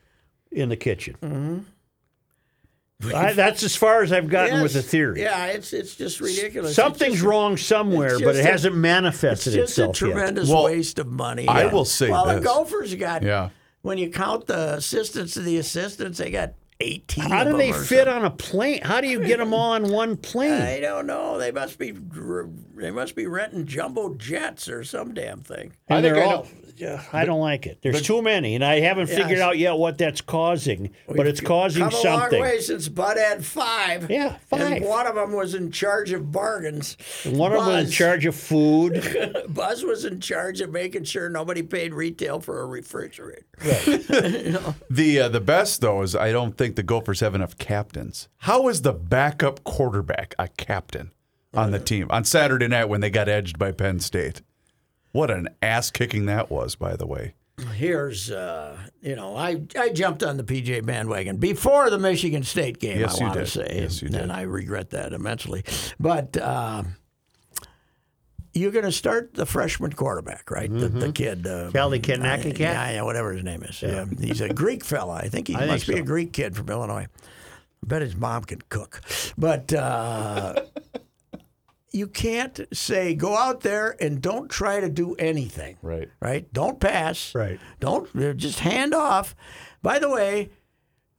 Speaker 3: in the kitchen.
Speaker 4: Mm-hmm.
Speaker 3: I, that's as far as I've gotten with the
Speaker 4: Yes.
Speaker 3: theory.
Speaker 4: Yeah, it's it's just ridiculous. It's
Speaker 3: Something's
Speaker 4: just-
Speaker 3: wrong somewhere,
Speaker 4: it's
Speaker 3: but
Speaker 4: just
Speaker 3: it
Speaker 4: a-
Speaker 3: hasn't manifested
Speaker 4: It's just a
Speaker 3: itself yet.
Speaker 4: tremendous
Speaker 1: Well,
Speaker 4: waste of money.
Speaker 1: I will say
Speaker 4: well, the
Speaker 1: this.
Speaker 4: Gophers got
Speaker 1: Yeah.
Speaker 4: when you count the assistants to the assistants, they got 18.
Speaker 3: How
Speaker 4: of
Speaker 3: do
Speaker 4: them
Speaker 3: they
Speaker 4: or
Speaker 3: fit on a plane? How do you get them all on one plane?
Speaker 4: I don't know. They must be they must be renting jumbo jets or some damn thing.
Speaker 1: I think
Speaker 3: And they're
Speaker 1: I
Speaker 3: all. Yeah, I don't like it. There's too many, and I haven't figured out yet what that's causing, but it's causing
Speaker 4: Come a long
Speaker 3: something.
Speaker 4: way since Bud had five.
Speaker 3: Yeah, five.
Speaker 4: And one of them was in charge of bargains.
Speaker 3: One of them was in
Speaker 4: Buzz-
Speaker 3: charge of food.
Speaker 4: Buzz was in charge of making sure nobody paid retail for a refrigerator.
Speaker 1: The uh, the best though is I don't think the Gophers have enough captains. How is the backup quarterback a captain on the team on Saturday night when they got edged by Penn State? What an ass kicking that was, by the way.
Speaker 4: Here's, uh, you know, I, I jumped on the PJ bandwagon before the Michigan State game,
Speaker 1: Yes,
Speaker 4: I
Speaker 1: you
Speaker 4: want to
Speaker 1: did.
Speaker 4: say.
Speaker 1: Yes, you did.
Speaker 4: And I regret that immensely. But uh, you're going to start the freshman quarterback, right?
Speaker 1: Mm-hmm.
Speaker 4: The, the kid. Uh,
Speaker 3: Kelly Kanakakat?
Speaker 4: Yeah, yeah, whatever his name is. Yeah. he's a Greek fella. I think he
Speaker 3: think
Speaker 4: must be
Speaker 3: so.
Speaker 4: a Greek kid from Illinois. I bet his mom can cook. But. Uh, you can't say go out there and don't try to do anything.
Speaker 1: Right.
Speaker 4: Right. Don't pass.
Speaker 3: Right.
Speaker 4: Don't uh, just hand off. By the way,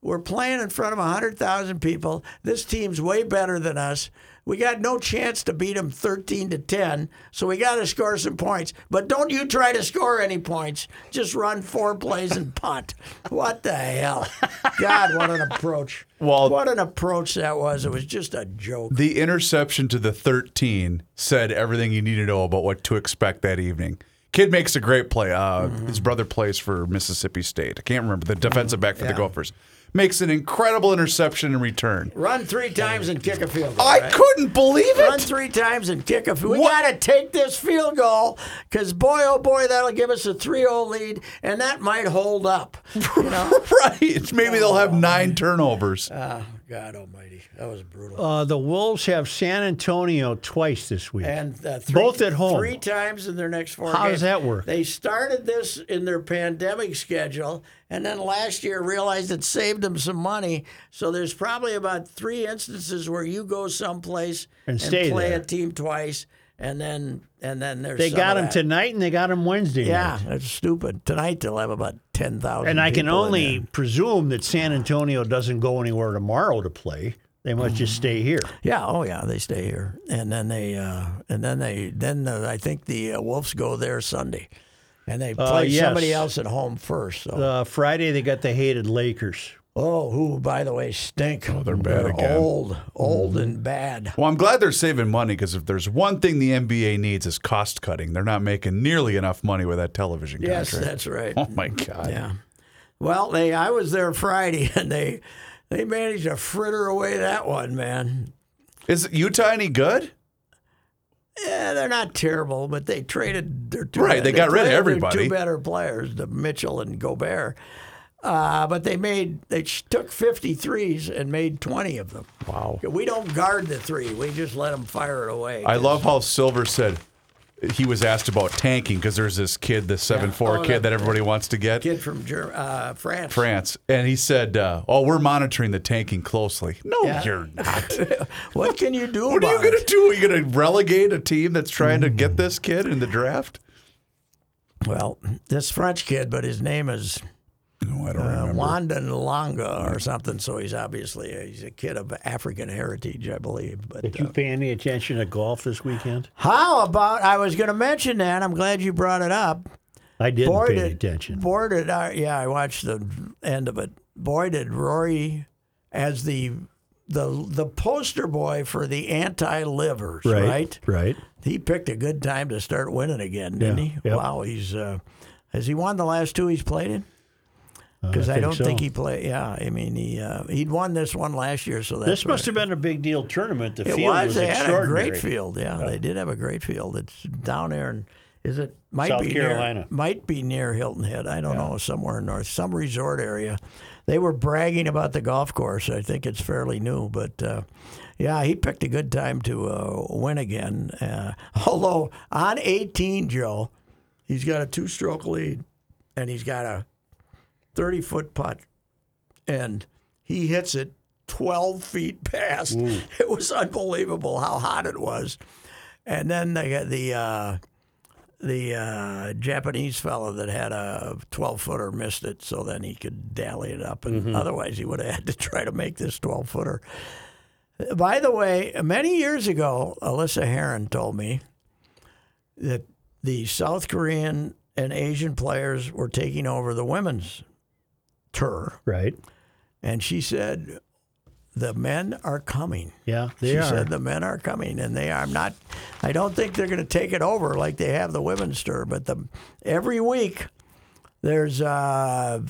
Speaker 4: we're playing in front of 100,000 people. This team's way better than us. We got no chance to beat them 13 to 10, so we got to score some points. But don't you try to score any points. Just run four plays and punt. What the hell? God, what an approach.
Speaker 1: Well-
Speaker 4: what an approach that was. It was just a joke.
Speaker 1: The interception to the 13 said everything you need to know about what to expect that evening. Kid makes a great play. Uh,
Speaker 4: Mm-hmm.
Speaker 1: His brother plays for Mississippi State. I can't remember the defensive back for the Gophers. Makes an incredible interception in return.
Speaker 4: Run three times and kick a field goal.
Speaker 1: I
Speaker 4: right?
Speaker 1: couldn't believe
Speaker 4: Run
Speaker 1: it.
Speaker 4: three times and kick a field We
Speaker 1: What?
Speaker 4: got to take this field goal because, boy, oh boy, that'll give us a 3 0 lead, and that might hold up. You know?
Speaker 1: right. Maybe they'll have nine turnovers.
Speaker 4: oh, God almighty. That was brutal.
Speaker 3: Uh, the Wolves have San Antonio twice this week.
Speaker 4: and uh, three,
Speaker 3: Both at home.
Speaker 4: Three times in their next four
Speaker 3: How
Speaker 4: games.
Speaker 3: does that work?
Speaker 4: They started this in their pandemic schedule, and then last year realized it saved them some money. So there's probably about three instances where you go someplace
Speaker 3: And stay
Speaker 4: play
Speaker 3: there.
Speaker 4: a team twice, and then and then there's
Speaker 3: they
Speaker 4: some
Speaker 3: got
Speaker 4: of
Speaker 3: them
Speaker 4: that.
Speaker 3: tonight, and they got them Wednesday. night.
Speaker 4: Yeah, that's stupid. Tonight they'll have about ten thousand.
Speaker 3: And I can only presume that San Antonio doesn't go anywhere tomorrow to play. They must just
Speaker 4: Mm.
Speaker 3: stay here.
Speaker 4: Yeah. Oh yeah, they stay here, and then they uh, and then they then the, I think the uh, Wolves go there Sunday, and they play
Speaker 3: yes.
Speaker 4: somebody else at home first. So.
Speaker 3: Uh, Friday, they got the hated Lakers.
Speaker 4: oh, who by the way stink? Oh, they're
Speaker 1: bad again.
Speaker 4: Old, old and bad.
Speaker 1: Well, I'm glad they're saving money because if there's one thing the NBA needs is cost cutting. They're not making nearly enough money with that television
Speaker 4: Yes,
Speaker 1: contract.
Speaker 4: that's right.
Speaker 1: Oh my God!
Speaker 4: Yeah. Well, they I was there Friday, and they they managed to fritter away that one, man.
Speaker 1: Is Utah any good?
Speaker 4: Yeah, Eh, they're not terrible, but they traded their two
Speaker 1: Right, they got rid of
Speaker 4: traded their
Speaker 1: everybody.
Speaker 4: Two better players, the Mitchell and Gobert. Uh, but they made they sh- took 53s and made 20 of them.
Speaker 1: Wow!
Speaker 4: We don't guard the three. We just let them fire it away.
Speaker 1: I love how Silver said he was asked about tanking because there's this kid, the seven four
Speaker 4: Oh,
Speaker 1: kid
Speaker 4: that-
Speaker 1: that everybody wants to get
Speaker 4: kid from Germ- uh, France.
Speaker 1: France, and he said, uh, "Oh, we're monitoring the tanking closely." No, you're not.
Speaker 4: What can you do
Speaker 1: What are you
Speaker 4: about
Speaker 1: going to
Speaker 4: it?
Speaker 1: do? Are you going to relegate a team that's trying to get this kid in the draft?
Speaker 4: Well, this French kid, but his name is
Speaker 1: No, I don't
Speaker 4: uh,
Speaker 1: remember.
Speaker 4: Wandon Longa or something. So he's obviously he's a kid of African heritage, I believe. But
Speaker 3: Did you pay any attention to golf this weekend?
Speaker 4: How about I was going to mention that. I'm glad you brought it up.
Speaker 3: I didn't
Speaker 4: Boy,
Speaker 3: pay
Speaker 4: did-
Speaker 3: any attention.
Speaker 4: Boy, did I, uh, yeah, I watched the end of it. Boy, did Rory as the the the poster boy for the anti livers, right.
Speaker 3: Right.
Speaker 4: He picked a good time to start winning again, didn't he?
Speaker 3: yep.
Speaker 4: Wow, he's uh, has he won the last two he's played in? Because
Speaker 3: Uh,
Speaker 4: I,
Speaker 3: think
Speaker 4: don't think
Speaker 3: so.
Speaker 4: he played. Yeah, I mean he uh, he'd won this one last year, so that's
Speaker 3: This must have been a big deal tournament. The
Speaker 4: it
Speaker 3: field
Speaker 4: was.
Speaker 3: was
Speaker 4: They had a
Speaker 3: extraordinary.
Speaker 4: great field. Yeah, they did have a great field. It's down there, and is it might
Speaker 3: South
Speaker 4: be
Speaker 3: Carolina.
Speaker 4: Near, might be near Hilton Head. I don't know, somewhere in north, some resort area. They were bragging about the golf course. I think it's fairly new, but uh, yeah, he picked a good time to uh, win again. Uh, although on 18, Joe, he's got a two-stroke lead, and he's got a 30-foot putt, and he hits it 12 feet past. It was unbelievable how hot it was. And then the the uh, the uh, Japanese fellow that had a 12 footer missed it, so then he could dally it up. And otherwise, he would have had to try to make this 12 footer. By the way, many years ago, Alyssa Heron told me that the South Korean and Asian players were taking over the women's tour.
Speaker 3: Right.
Speaker 4: And she said, the men are coming.
Speaker 3: Yeah, they
Speaker 4: she
Speaker 3: are.
Speaker 4: said the men are coming, and they are not. I don't think they're going to take it over like they have the women's tour. But the every week there's uh,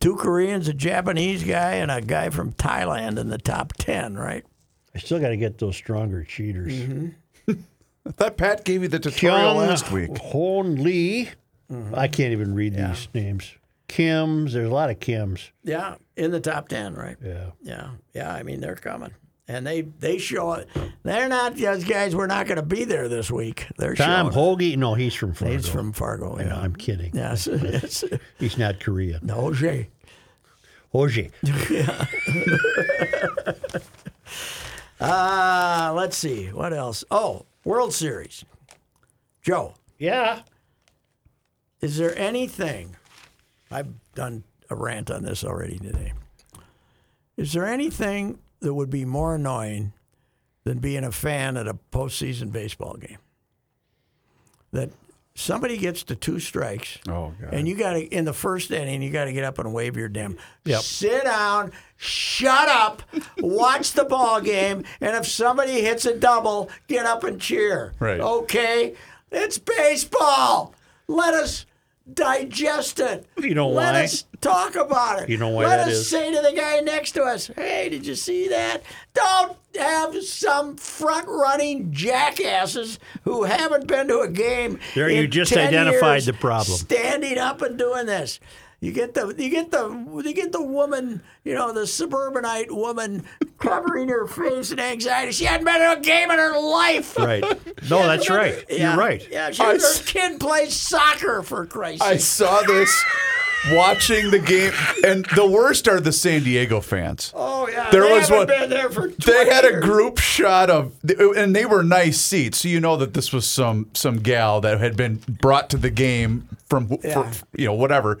Speaker 4: two Koreans, a Japanese guy, and a guy from Thailand in the top ten. Right?
Speaker 3: I still got to get those stronger cheaters.
Speaker 4: Mm-hmm.
Speaker 1: I thought Pat gave you the tutorial last week.
Speaker 3: Hon Lee.
Speaker 4: Mm-hmm.
Speaker 3: I can't even read these names. Kims. There's a lot of Kims.
Speaker 4: Yeah, in the top ten. Right?
Speaker 3: Yeah.
Speaker 4: Yeah, yeah. I mean, they're coming, and they they show it. They're not those guys. We're not going to be there this week. They're
Speaker 3: Tom
Speaker 4: showing.
Speaker 3: Hoagie. No, he's from Fargo.
Speaker 4: He's from Fargo.
Speaker 3: No,
Speaker 4: Yeah.
Speaker 3: I'm kidding.
Speaker 4: Yes. yes.
Speaker 3: He's not Korea.
Speaker 4: No, Jay.
Speaker 3: Hoagie.
Speaker 4: Uh, let's see. What else? Oh, World Series. Joe,
Speaker 3: Yeah.
Speaker 4: is there anything? I've done a rant on this already today. Is there anything that would be more annoying than being a fan at a postseason baseball game? That somebody gets to two strikes.
Speaker 1: Oh, God.
Speaker 4: And you got to in the first inning, you got to get up and wave your damn.
Speaker 3: Yep.
Speaker 4: Sit down, shut up, watch the ball game, and if somebody hits a double, get up and cheer.
Speaker 1: Right.
Speaker 4: Okay, it's baseball. Let us digest it.
Speaker 3: You know
Speaker 4: Let
Speaker 3: why?
Speaker 4: us talk about it.
Speaker 3: You know why
Speaker 4: Let
Speaker 3: that
Speaker 4: us
Speaker 3: is?
Speaker 4: say to the guy next to us, "Hey, did you see that?" Don't have some front-running jackasses who haven't been to a game.
Speaker 3: There, you
Speaker 4: in
Speaker 3: just
Speaker 4: 10
Speaker 3: identified
Speaker 4: years
Speaker 3: the problem.
Speaker 4: Standing up and doing this. You get the you get the you get the woman, you know, the suburbanite woman covering her face in anxiety. She hadn't been to a game in her life.
Speaker 3: Right. No, that's right.
Speaker 4: Yeah,
Speaker 3: You're right.
Speaker 4: Yeah, she,
Speaker 1: I
Speaker 4: her
Speaker 1: s-
Speaker 4: kid plays soccer for Christ's
Speaker 1: I
Speaker 4: sake.
Speaker 1: saw this watching the game, and the worst are the San Diego fans.
Speaker 4: Oh yeah,
Speaker 1: There
Speaker 4: they
Speaker 1: was
Speaker 4: haven't
Speaker 1: one-
Speaker 4: Been there for 20
Speaker 1: They had a
Speaker 4: years.
Speaker 1: group shot of, and they were nice seats, so you know that this was some some gal that had been brought to the game from for-
Speaker 4: Yeah.
Speaker 1: you know whatever,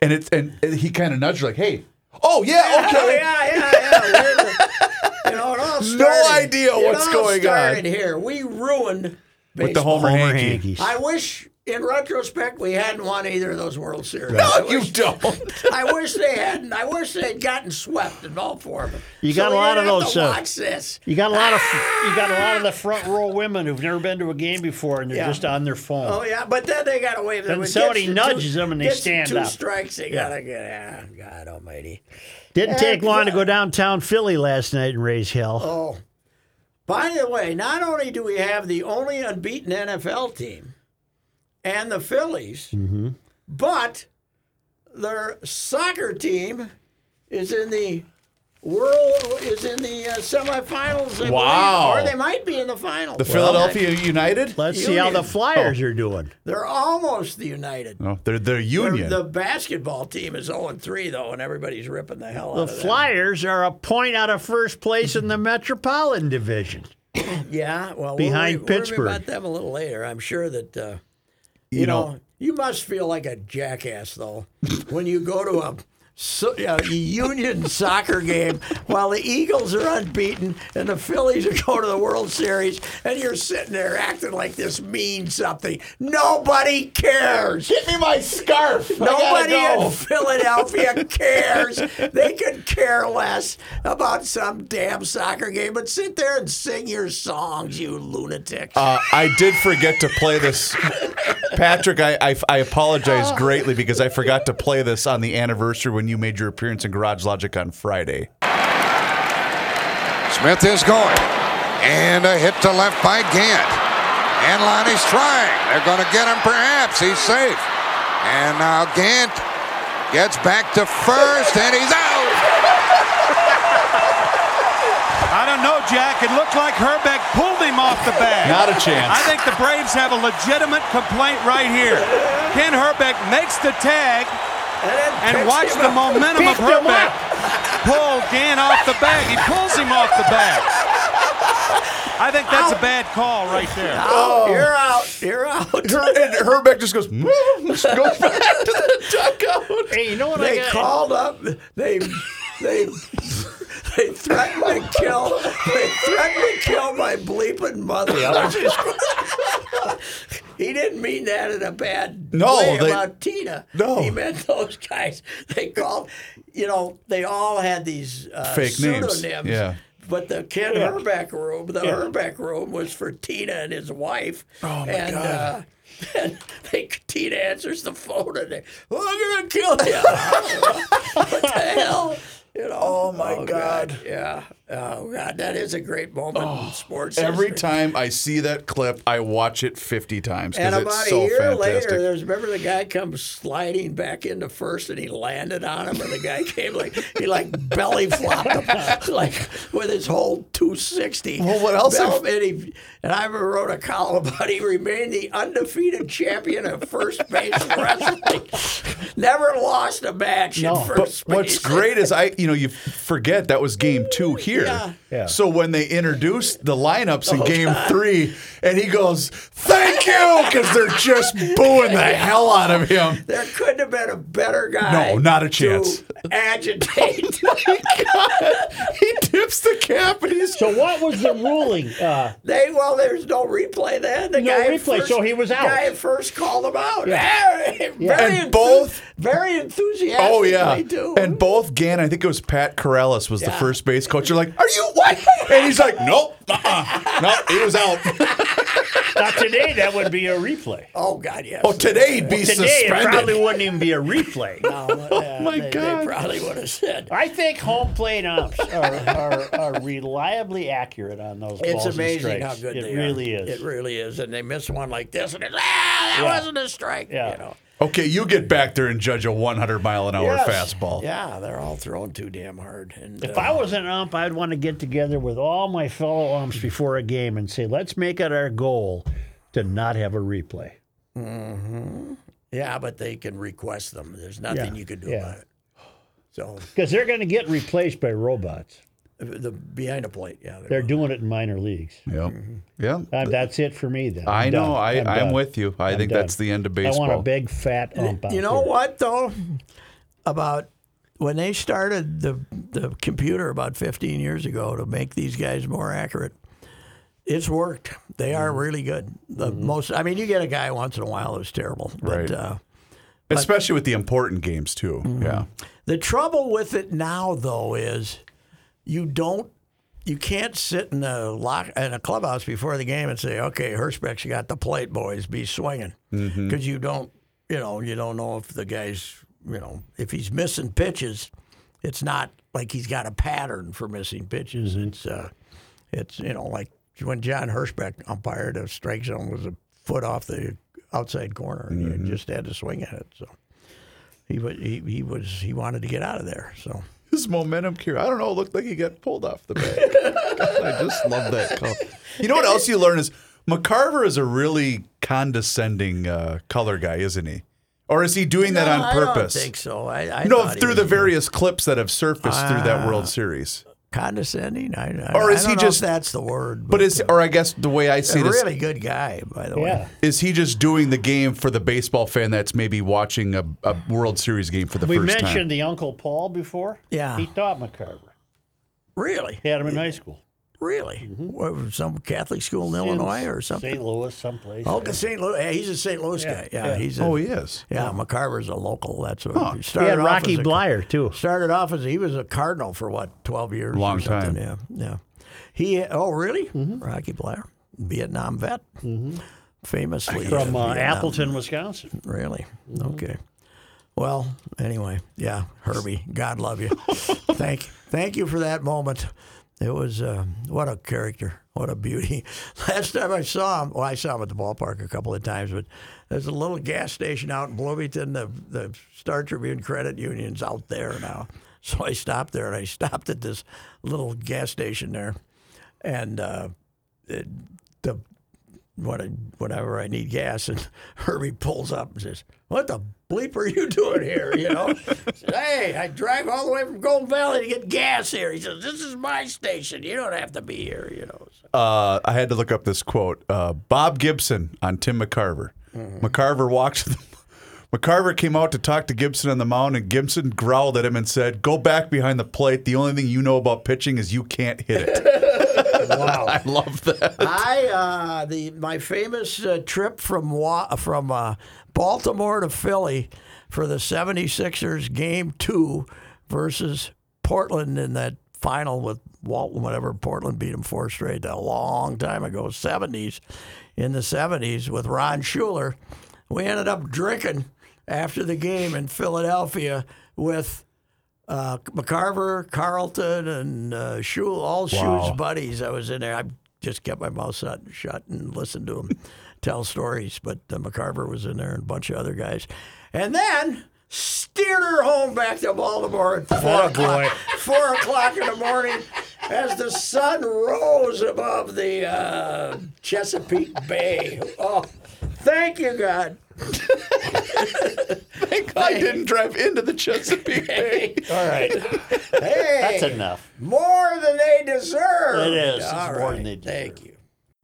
Speaker 1: and it's and he kind of nudged her like, hey, oh yeah,
Speaker 4: Oh,
Speaker 1: okay,
Speaker 4: yeah, yeah, yeah. We're the- you know, it all started,
Speaker 1: idea
Speaker 4: it
Speaker 1: what's
Speaker 4: all
Speaker 1: going on.
Speaker 4: started here. We ruined
Speaker 1: with the Homer,
Speaker 3: Homer
Speaker 1: Hankey.
Speaker 3: Hankies.
Speaker 4: I wish, in retrospect, we hadn't won either of those World Series. I
Speaker 1: No, you
Speaker 4: wish-
Speaker 1: don't.
Speaker 4: I wish they hadn't. I wish they'd gotten swept in all four of them.
Speaker 3: You
Speaker 4: So
Speaker 3: got a
Speaker 4: we
Speaker 3: lot
Speaker 4: didn't
Speaker 3: of
Speaker 4: have
Speaker 3: those,
Speaker 4: To
Speaker 3: uh,
Speaker 4: watch this.
Speaker 3: You got a lot of you got a lot of the front row women who've never been to a game before, and they're
Speaker 4: Ah! Yeah.
Speaker 3: just on their phone.
Speaker 4: Oh yeah, but then they got to wave.
Speaker 3: Then somebody nudges them and they stand
Speaker 4: two
Speaker 3: up.
Speaker 4: Two strikes, they gotta get. Ah, God Almighty.
Speaker 3: Didn't take
Speaker 4: And-
Speaker 3: long to go downtown Philly last night and raise hell.
Speaker 4: Oh, by the way, not only do we have the only unbeaten NFL team and the Phillies,
Speaker 3: Mm-hmm.
Speaker 4: but their soccer team is in the world is in the uh, semifinals. I
Speaker 1: Wow.
Speaker 4: believe, or they might be in the final.
Speaker 1: The Philadelphia United.
Speaker 3: Let's see how
Speaker 4: Union.
Speaker 3: the
Speaker 4: Oh.
Speaker 3: Flyers are doing.
Speaker 4: They're almost the
Speaker 3: Oh,
Speaker 4: United.
Speaker 1: No, they're they're union.
Speaker 4: The basketball team is 0 3, though, and everybody's ripping the hell
Speaker 3: The
Speaker 4: out of them.
Speaker 3: Flyers are a point out of first place in the Metropolitan Division.
Speaker 4: Yeah, well,
Speaker 3: Behind
Speaker 4: we'll worry,
Speaker 3: Pittsburgh.
Speaker 4: Worry about them a little later. I'm sure that uh, you, know,
Speaker 1: know-
Speaker 4: you must feel like a jackass though when you go to a, so, a Union soccer game while the Eagles are unbeaten and the Phillies are going to the World Series, and you're sitting there acting like this means something. Nobody cares.
Speaker 1: Give me my scarf.
Speaker 4: Nobody in Philadelphia cares. They could care less about some damn soccer game, but sit there and sing your songs, you lunatics.
Speaker 1: Uh, I did forget to play this. Patrick, I, I, I apologize greatly because I forgot to play this on the anniversary when you made your appearance in Garage Logic on Friday.
Speaker 2: Smith is going. And a hit to left by Gant. And Lonnie's trying. They're going to get him perhaps. He's safe. And now Gant gets back to first and he's out.
Speaker 5: I don't know, Jack. It looked like Herbeck pulled him off the bag.
Speaker 1: Not a
Speaker 5: I
Speaker 1: chance.
Speaker 5: think the Braves have a legitimate complaint right here. Ken Herbeck makes the tag and watch the momentum of
Speaker 3: Picked him
Speaker 5: Herbeck pull Gann off the bag. He pulls him off the bag. I think that's a bad call right there.
Speaker 4: Oh, you're out. You're out.
Speaker 1: Her, and Herbeck just goes, goes back to the dugout.
Speaker 3: Hey, you know what
Speaker 4: They
Speaker 3: I got?
Speaker 4: called up. They they they threatened to kill. They threatened to kill my bleeping mother. he didn't mean that in a bad
Speaker 1: No,
Speaker 4: way
Speaker 1: they-
Speaker 4: about Tina.
Speaker 1: No.
Speaker 4: he meant those guys. They called. You know, they all had these uh,
Speaker 1: Fake names.
Speaker 4: pseudonyms.
Speaker 1: Yeah.
Speaker 4: But the Ken Herbeck room, the Herbeck room was for Tina and his wife. Oh
Speaker 1: my
Speaker 4: and,
Speaker 1: God.
Speaker 4: Uh, and they, Tina answers the phone and they, "Well, I'm gonna kill you." what the hell? You know? Oh
Speaker 1: my God. Oh,
Speaker 4: Yeah. Oh God, that is a great moment in sports.
Speaker 1: Every
Speaker 4: history.
Speaker 1: time I see that clip, I watch it 50 times
Speaker 4: And
Speaker 1: because
Speaker 4: about
Speaker 1: it's
Speaker 4: a
Speaker 1: so
Speaker 4: year
Speaker 1: fantastic.
Speaker 4: later, there's remember the guy comes sliding back into first, and he landed on him, and the guy came like he like belly flopped him like with his whole 260.
Speaker 1: Well, what else
Speaker 4: Bell- and, he, and I wrote a column about he remained the undefeated champion of first base wrestling, never lost a match in
Speaker 1: But
Speaker 4: first base.
Speaker 1: what's great is I, you know, you forget that was game two here.
Speaker 4: Yeah.
Speaker 3: Yeah.
Speaker 1: So when they introduced the lineups in game three, and he goes, "Thank you," because they're just booing the hell out of him.
Speaker 4: There couldn't have been a better guy.
Speaker 1: No, not a chance.
Speaker 4: To agitate.
Speaker 1: He tips the cap, and he's
Speaker 3: So what was the ruling? Uh,
Speaker 4: They well, there's no replay then. The
Speaker 3: No
Speaker 4: guy at
Speaker 3: replay,
Speaker 4: first,
Speaker 3: so he was out.
Speaker 4: Guy at first called him out. Very,
Speaker 1: And both-
Speaker 4: very enthusiastic.
Speaker 1: Oh yeah,
Speaker 4: too.
Speaker 1: and both Gann. I think it was Pat Corrales was the
Speaker 4: Yeah.
Speaker 1: first base coach. You're like, are you what? And he's like, nope, uh-uh. no, he was out.
Speaker 3: now today that would be a replay.
Speaker 4: oh God, yes.
Speaker 1: Oh, today he'd be
Speaker 3: Today it
Speaker 1: suspended.
Speaker 3: probably wouldn't even be a replay.
Speaker 4: oh
Speaker 1: my
Speaker 4: they,
Speaker 1: God.
Speaker 4: They probably would have said.
Speaker 3: I think home plate umps are, are, are reliably accurate on those
Speaker 4: It's
Speaker 3: balls and
Speaker 4: amazing
Speaker 3: strikes.
Speaker 4: how good
Speaker 3: it
Speaker 4: they
Speaker 3: really
Speaker 4: are.
Speaker 3: is.
Speaker 4: It really is. And they miss one like this, and it's, ah, that
Speaker 3: Yeah.
Speaker 4: wasn't a strike.
Speaker 3: Yeah.
Speaker 4: You know.
Speaker 1: okay, you get back there and judge a 100 mile an hour
Speaker 4: Yes.
Speaker 1: fastball.
Speaker 4: Yeah, they're all thrown too damn hard. And uh,
Speaker 3: If I was an ump, I'd want to get together with all my fellow umps before a game and say, let's make it our goal to not have a replay.
Speaker 4: yeah, but they can request them. There's nothing
Speaker 3: Yeah,
Speaker 4: you can do
Speaker 3: yeah.
Speaker 4: about it. So
Speaker 3: Because they're going to get replaced by robots.
Speaker 4: the behind the plate, yeah.
Speaker 3: They're doing it in minor leagues.
Speaker 1: Yep. Yeah.
Speaker 3: Uh, that's it for me, then.
Speaker 1: I
Speaker 3: I'm
Speaker 1: know.
Speaker 3: done.
Speaker 1: I, I'm,
Speaker 3: done.
Speaker 1: with you. I think
Speaker 3: done.
Speaker 1: that's the end of
Speaker 3: I
Speaker 1: baseball.
Speaker 3: want a big fat ump. out
Speaker 4: You know
Speaker 3: there.
Speaker 4: what though? About when they started the the computer about 15 years ago to make these guys more accurate, it's worked. They are really good. The most, I mean, you get a guy once in a while who's terrible, but
Speaker 1: Right.
Speaker 4: uh,
Speaker 1: Especially with the important games, too.
Speaker 4: Mm-hmm.
Speaker 1: Yeah.
Speaker 4: The trouble with it now, though, is you don't, you can't sit in a lock in a clubhouse before the game and say, "Okay, Hirschbeck's got the plate, boys, be swinging," because you don't, you know, you don't know if the guy's, you know, if he's missing pitches, it's not like he's got a pattern for missing pitches. It's, uh, it's you know, like when John Hirschbeck umpired a strike zone was a foot off the outside corner, and you just had to swing at it. So he was he, he was he wanted to get out of there. So
Speaker 1: His momentum cure. I don't know. It looked like he got pulled off the bag. God, I just love that color. You know what else you learn is McCarver is a really condescending uh, color guy, isn't he? Or is he doing that on purpose?
Speaker 4: I don't think so. I, I
Speaker 1: No,
Speaker 4: thought he
Speaker 1: through the
Speaker 4: was Ah.
Speaker 1: various clips that have surfaced through that World Series.
Speaker 4: condescending. I, I,
Speaker 1: Or is
Speaker 4: I don't
Speaker 1: he
Speaker 4: know if
Speaker 1: just-
Speaker 4: that's the word?
Speaker 1: But is, or I guess the way I
Speaker 4: a
Speaker 1: see this,
Speaker 4: really good guy, by the
Speaker 3: Yeah.
Speaker 4: way.
Speaker 1: is he just doing the game for the baseball fan that's maybe watching a, a World Series game for the
Speaker 3: We
Speaker 1: first
Speaker 3: mentioned
Speaker 1: time?
Speaker 3: the Uncle Paul before.
Speaker 4: Yeah.
Speaker 3: He taught McCarver.
Speaker 4: Really,
Speaker 3: He had him in high school.
Speaker 4: really. What, some Catholic school in Illinois or something.
Speaker 3: St. Louis, someplace.
Speaker 4: Oh, 'cause St. Louis. Yeah, he's a St. Louis guy. Yeah, he's. A,
Speaker 1: Oh, he is.
Speaker 4: Yeah, McCarver's a local. That's what he
Speaker 3: He
Speaker 4: started
Speaker 3: had
Speaker 4: off
Speaker 3: Rocky
Speaker 4: as a-
Speaker 3: Blyer, too.
Speaker 4: Started off as he was a cardinal for what twelve years. or
Speaker 1: Long time.
Speaker 4: something, Yeah, yeah. He oh really?
Speaker 3: Mm-hmm.
Speaker 4: Rocky Blair, Vietnam vet, famously
Speaker 3: From
Speaker 4: uh,
Speaker 3: uh,
Speaker 4: Vietnam.
Speaker 3: Appleton, Wisconsin.
Speaker 4: Really? Okay. Well, anyway, yeah, Herbie, God love you. thank, thank you for that moment. It was uh, what a character, what a beauty. Last time I saw him, well, I saw him at the ballpark a couple of times, but there's a little gas station out in Bloomington. The the Star Tribune Credit Union's out there now, so I stopped there and I stopped at this little gas station there, and uh, it, the what whenever I need gas, and Herbie pulls up and says, "What the bleep are you doing here?" You know, I said, "Hey, I drive all the way from Golden Valley to get gas here." He says, "This is my station. You don't have to be here." You know, so,
Speaker 1: Uh, I had to look up this quote. Uh, Bob Gibson on Tim McCarver.
Speaker 4: Mm-hmm.
Speaker 1: McCarver walked. To the, McCarver came out to talk to Gibson on the mound, and Gibson growled at him and said, "Go back behind the plate. The only thing you know about pitching is you can't hit it."
Speaker 4: wow.
Speaker 1: Love that.
Speaker 4: I uh, the my famous uh, trip from Wa- from uh, Baltimore to Philly for the 76ers game 2 versus Portland in that final with Walton whatever Portland beat him four straight a long time ago 70s in the 70s with Ron Schuler we ended up drinking after the game in Philadelphia with uh, McCarver, Carlton, and uh, Shoe, all Shoe's buddies. I was in there. I just kept my mouth shut, shut and listened to them tell stories. But uh, McCarver was in there and a bunch of other guys. And then steered her home back to Baltimore at four, o'clock, four o'clock in the morning as the sun rose above the uh, Chesapeake Bay. Oh, thank you, God.
Speaker 1: I didn't drive into the Chesapeake Bay.
Speaker 3: All right.
Speaker 4: Hey,
Speaker 3: That's enough.
Speaker 4: more than they deserve.
Speaker 3: It is. It's
Speaker 4: All
Speaker 3: more than
Speaker 4: right.
Speaker 3: they deserve.
Speaker 4: Thank you.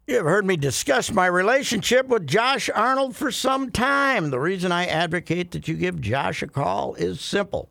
Speaker 4: You have heard me discuss my relationship with Josh Arnold for some time. The reason I advocate that you give Josh a call is simple